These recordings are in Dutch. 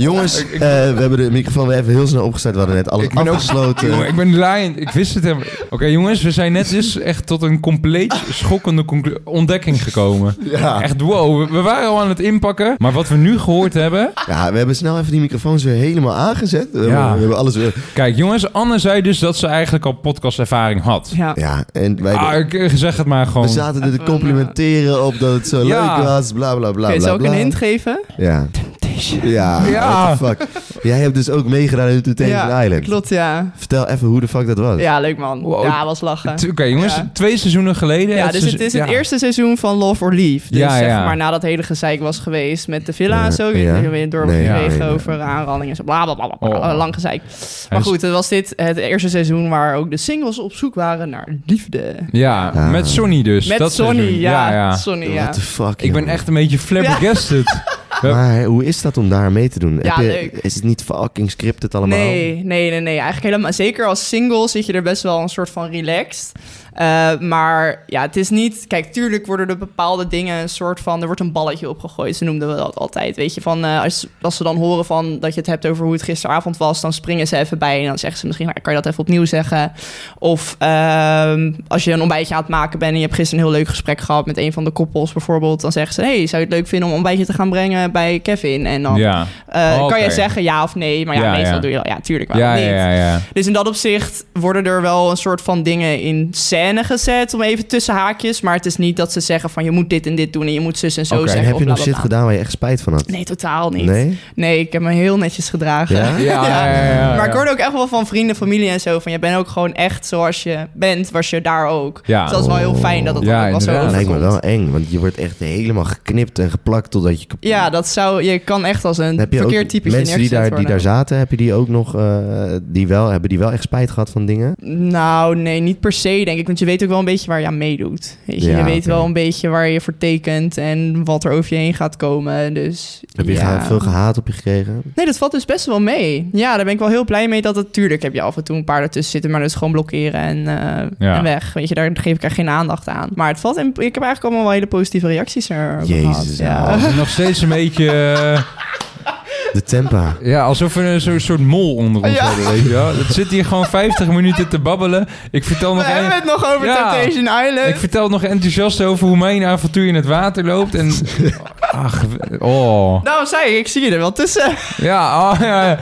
Jongens, eh, we hebben de microfoon weer even heel snel opgestart. We hadden net alles Ik ben ook- afgesloten. Jongen, ik ben laaiend. Ik wist het helemaal. Oké, jongens, we zijn net dus echt tot een compleet schokkende conclu- ontdekking gekomen. ja. Echt wow, we, we waren al aan het inpakken. Maar wat we nu gehoord hebben. ja, we hebben snel even die microfoons weer helemaal aangezet. We, Ja. hebben, we hebben alles weer... Kijk, jongens, Anne zei dus dat ze eigenlijk al podcastervaring had. Ja. Ja, en wij... Ah, ik zeg het maar we gewoon. zaten er te Even, complimenteren op dat het zo Ja. leuk was, bla bla bla. Oké, bla, zal ik bla. een hint geven? Ja. Temptation. Ja, Ja. what the fuck. Jij hebt dus ook meegedaan in Temptation Ja, Island. Klopt, ja. Vertel even hoe de fuck dat was. Ja, leuk man. Wow. Ja, was lachen. T- Oké, jongens, Ja. twee seizoenen geleden. Ja, dus het is het ja. eerste seizoen van Love or Leave. Dus Ja, zeg ja. maar nadat hele gezeik was geweest met de villa en zo. Ja, Ik ja. ben weer door Nee, ja, gekregen nee, nee. over aanranding en zo. Bla, bla, bla, bla, bla. Oh. Lang gezeik. Maar dus- goed, het was dit het eerste seizoen waar ook de singles op zoek waren naar liefde. Ja, Ah. met Sonny dus. met dat Sonny, seizoen. ja. ja, ja. Sonny, ja. What the fuck, Ik ben jongen. echt een beetje flabbergasted. Maar hoe is dat om daar mee te doen? Ja, Heb je- leuk. Is het niet fucking scripted allemaal? Nee, nee, nee, nee. Eigenlijk helemaal. Zeker als single zit je er best wel een soort van relaxed. Eh, maar ja, het is niet. Kijk, tuurlijk worden er bepaalde dingen een soort van. Er wordt een balletje opgegooid. Ze noemden we dat altijd. Weet je, van eh, als, als ze dan horen van dat je het hebt over hoe het gisteravond was, dan springen ze even bij en dan zeggen ze misschien, nou, kan je dat even opnieuw zeggen? Of ehm, als je een ontbijtje aan het maken bent en je hebt gisteren een heel leuk gesprek gehad met een van de koppels bijvoorbeeld, dan zeggen ze, hey, zou je het leuk vinden om een ontbijtje te gaan brengen bij Kevin? En dan ja. eh, Oh, Oké. Kan je zeggen ja of nee? Maar ja, Ja, meestal ja. doe je wel ja, tuurlijk wel. Ja, niet. ja, ja, ja. Dus in dat opzicht worden er wel een soort van dingen in scène gezet, om even tussen haakjes. Maar het is niet dat ze zeggen van je moet dit en dit doen en je moet zus en zo Oké. zeggen. En heb of je nog blablabla. shit gedaan waar je echt spijt van had? Nee, totaal niet. Nee? Nee? ik heb me heel netjes gedragen. Ja? Ja, ja, ja, ja, Maar ja. ik hoorde ook echt wel van vrienden, familie en zo van je bent ook gewoon echt zoals je bent, was je daar ook. Ja. Dus dat is wel heel fijn dat het Ja, dan ook wel zo inderdaad. Dat lijkt me wel overkomt. eng, want je wordt echt helemaal geknipt en geplakt totdat je kapot... Ja, dat zou, je kan echt als een Dan heb je verkeerd ook typetje mensen die neergezet daar, die worden. daar zaten, heb je die ook nog, eh, die wel, hebben die wel echt spijt gehad van dingen? Nou, nee, niet per se, denk ik. Want je weet ook wel een beetje waar je aan meedoet. Weet je, Ja, je weet oké. wel een beetje waar je voor tekent en wat er over je heen gaat komen. Dus, Heb je ja. ge- veel gehaat op je gekregen? Nee, dat valt dus best wel mee. Ja, daar ben ik wel heel blij mee dat het... Tuurlijk heb je af en toe een paar ertussen zitten, maar dat is gewoon blokkeren en, eh, Ja. en weg. Weet je, daar geef ik er geen aandacht aan. Maar het valt... In, ik heb eigenlijk allemaal wel hele positieve reacties er Jezus, ja. Al. Het is nog steeds een beetje... eh, De tempa. ja, alsof we een zo- soort mol onder ons Ja. hebben, weet je wel. Het zit hier gewoon 50 minuten te babbelen. Ik vertel We nog hebben een, het eh, nog over Ja. Temptation ik Island. vertel nog enthousiast over hoe mijn avontuur in het water loopt. En, ach, oh. Nou, zei ik, ik zie je er wel tussen. Ja, oh, ja, ja.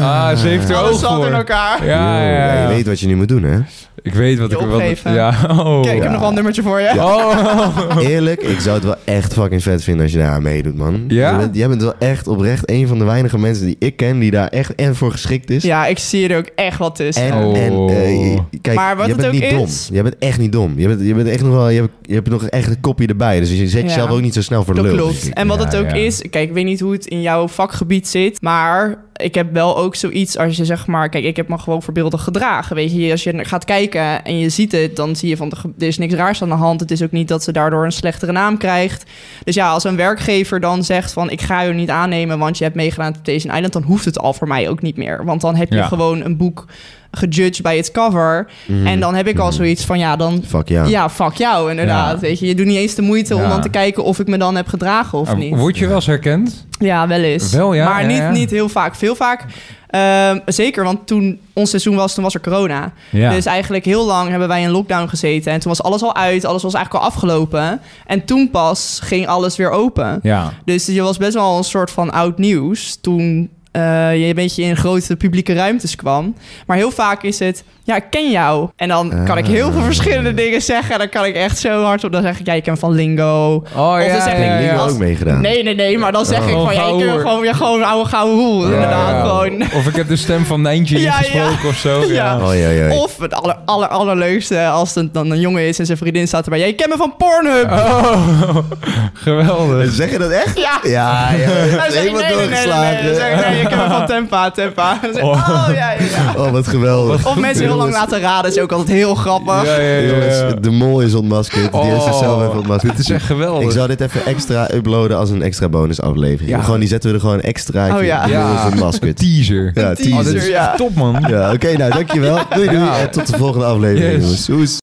Ah, Ah, ze heeft er Alles oog zat voor. in elkaar. Ja, ja, Yo, ja. Je weet wat je nu moet doen, hè? Ik weet wat Je ik er wel... opgeven. Ja, oh. Kijk, ik Ja. heb nog wel een nummertje voor je. Oh. Eerlijk, ik zou het wel echt fucking vet vinden als je daar aan meedoet, man. Ja? Jij bent, jij bent wel echt oprecht een van de weinige mensen die ik ken die daar echt en voor geschikt is. Ja, ik zie er ook echt wat En, tussen. Oh. en eh, kijk, Maar wat je het bent ook niet is- dom. Je bent echt niet dom. Je bent, je bent echt nog wel, je hebt, je hebt nog echt een kopje erbij. Dus je zet Ja. jezelf ook niet zo snel voor de Dat lul. Dus klopt. En wat Ja, het ook ja. is, kijk, ik weet niet hoe het in jouw vakgebied zit, maar ik heb wel ook zoiets als je zeg maar, kijk, ik heb me gewoon voorbeeldig gedragen. Weet je, als je gaat kijken en je ziet het, dan zie je van, er is niks raars aan de hand. Het is ook niet dat ze daardoor een slechtere naam krijgt. Dus ja, als een werkgever dan zegt van, ik ga je niet aannemen, want je hebt meegedaan op deze Island, dan hoeft het al voor mij ook niet meer. Want dan heb je Ja. Hmm. gewoon een boek gejudged bij het cover. Mhm. En dan heb ik al zoiets van, ja, dan Fuck ja. ja, fuck jou, inderdaad. Ja. Weet je, je doet niet eens de moeite Ja. om dan te kijken of ik me dan heb gedragen of niet. Word je wel eens herkend? Ja, wel eens. Ah, Wel, ja, maar ja, niet, ja. niet heel vaak. Veel vaak, ehm, zeker, want toen ons seizoen was, toen was er corona. Ja. Dus eigenlijk heel lang hebben wij in lockdown gezeten. En toen was alles al uit, alles was eigenlijk al afgelopen. En toen pas ging alles weer open. Ja. Dus je was best wel een soort van oud nieuws toen eh, je een beetje in grote publieke ruimtes kwam. Maar heel vaak is het, ja, ik ken jou. En dan kan ik heel veel verschillende dingen zeggen. En dan kan ik echt zo hard op. Dan zeg ik, ja, ik ken van Lingo. Oh, Of dan ja, zeg Ik denk, ja, ik, Lingo ja. ook meegedaan. Nee, nee, nee. Maar dan zeg Oh. ik van, ja, ik ken Gouden. gewoon, ja, gewoon een oude gouden hoel. inderdaad, Ja, ja. gewoon. Of ik heb de stem van Nijntje Ja, ingesproken of zo. Ja. Ja. Oh, ja, ja. Of het aller, aller, allerleukste, als het dan een jongen is en zijn vriendin staat erbij. Ja, ik ken me van Pornhub. Oh, geweldig. Zeg je dat echt? Ja. Ja, ja. Dan zeg ik, Helemaal nee, nee, nee, nee, nee. doorgeslagen. Dan zeg ik, nee, ik ken me van Tempa, Tempa. Dan zeg ik, Oh. oh, ja, ja, ja. Oh, wat geweldig. Of mensen heel lang laten raden is ook altijd heel grappig. Ja, ja, ja, ja. Jongens, de mol is ontmaskerd. Die Oh. is zichzelf even ontmaskerd. Dit is echt geweldig. Ik zou dit even extra uploaden als een extra bonusaflevering. Ja. Gewoon, die zetten we er gewoon extra. Oh, ja. De mol is een ontmaskerd. teaser. Ja, Een teaser. Oh, dit is ja. echt top, man. Ja, oké, nou dankjewel. Doei, doei. Ja. En tot de volgende aflevering, Yes. jongens. Hoes.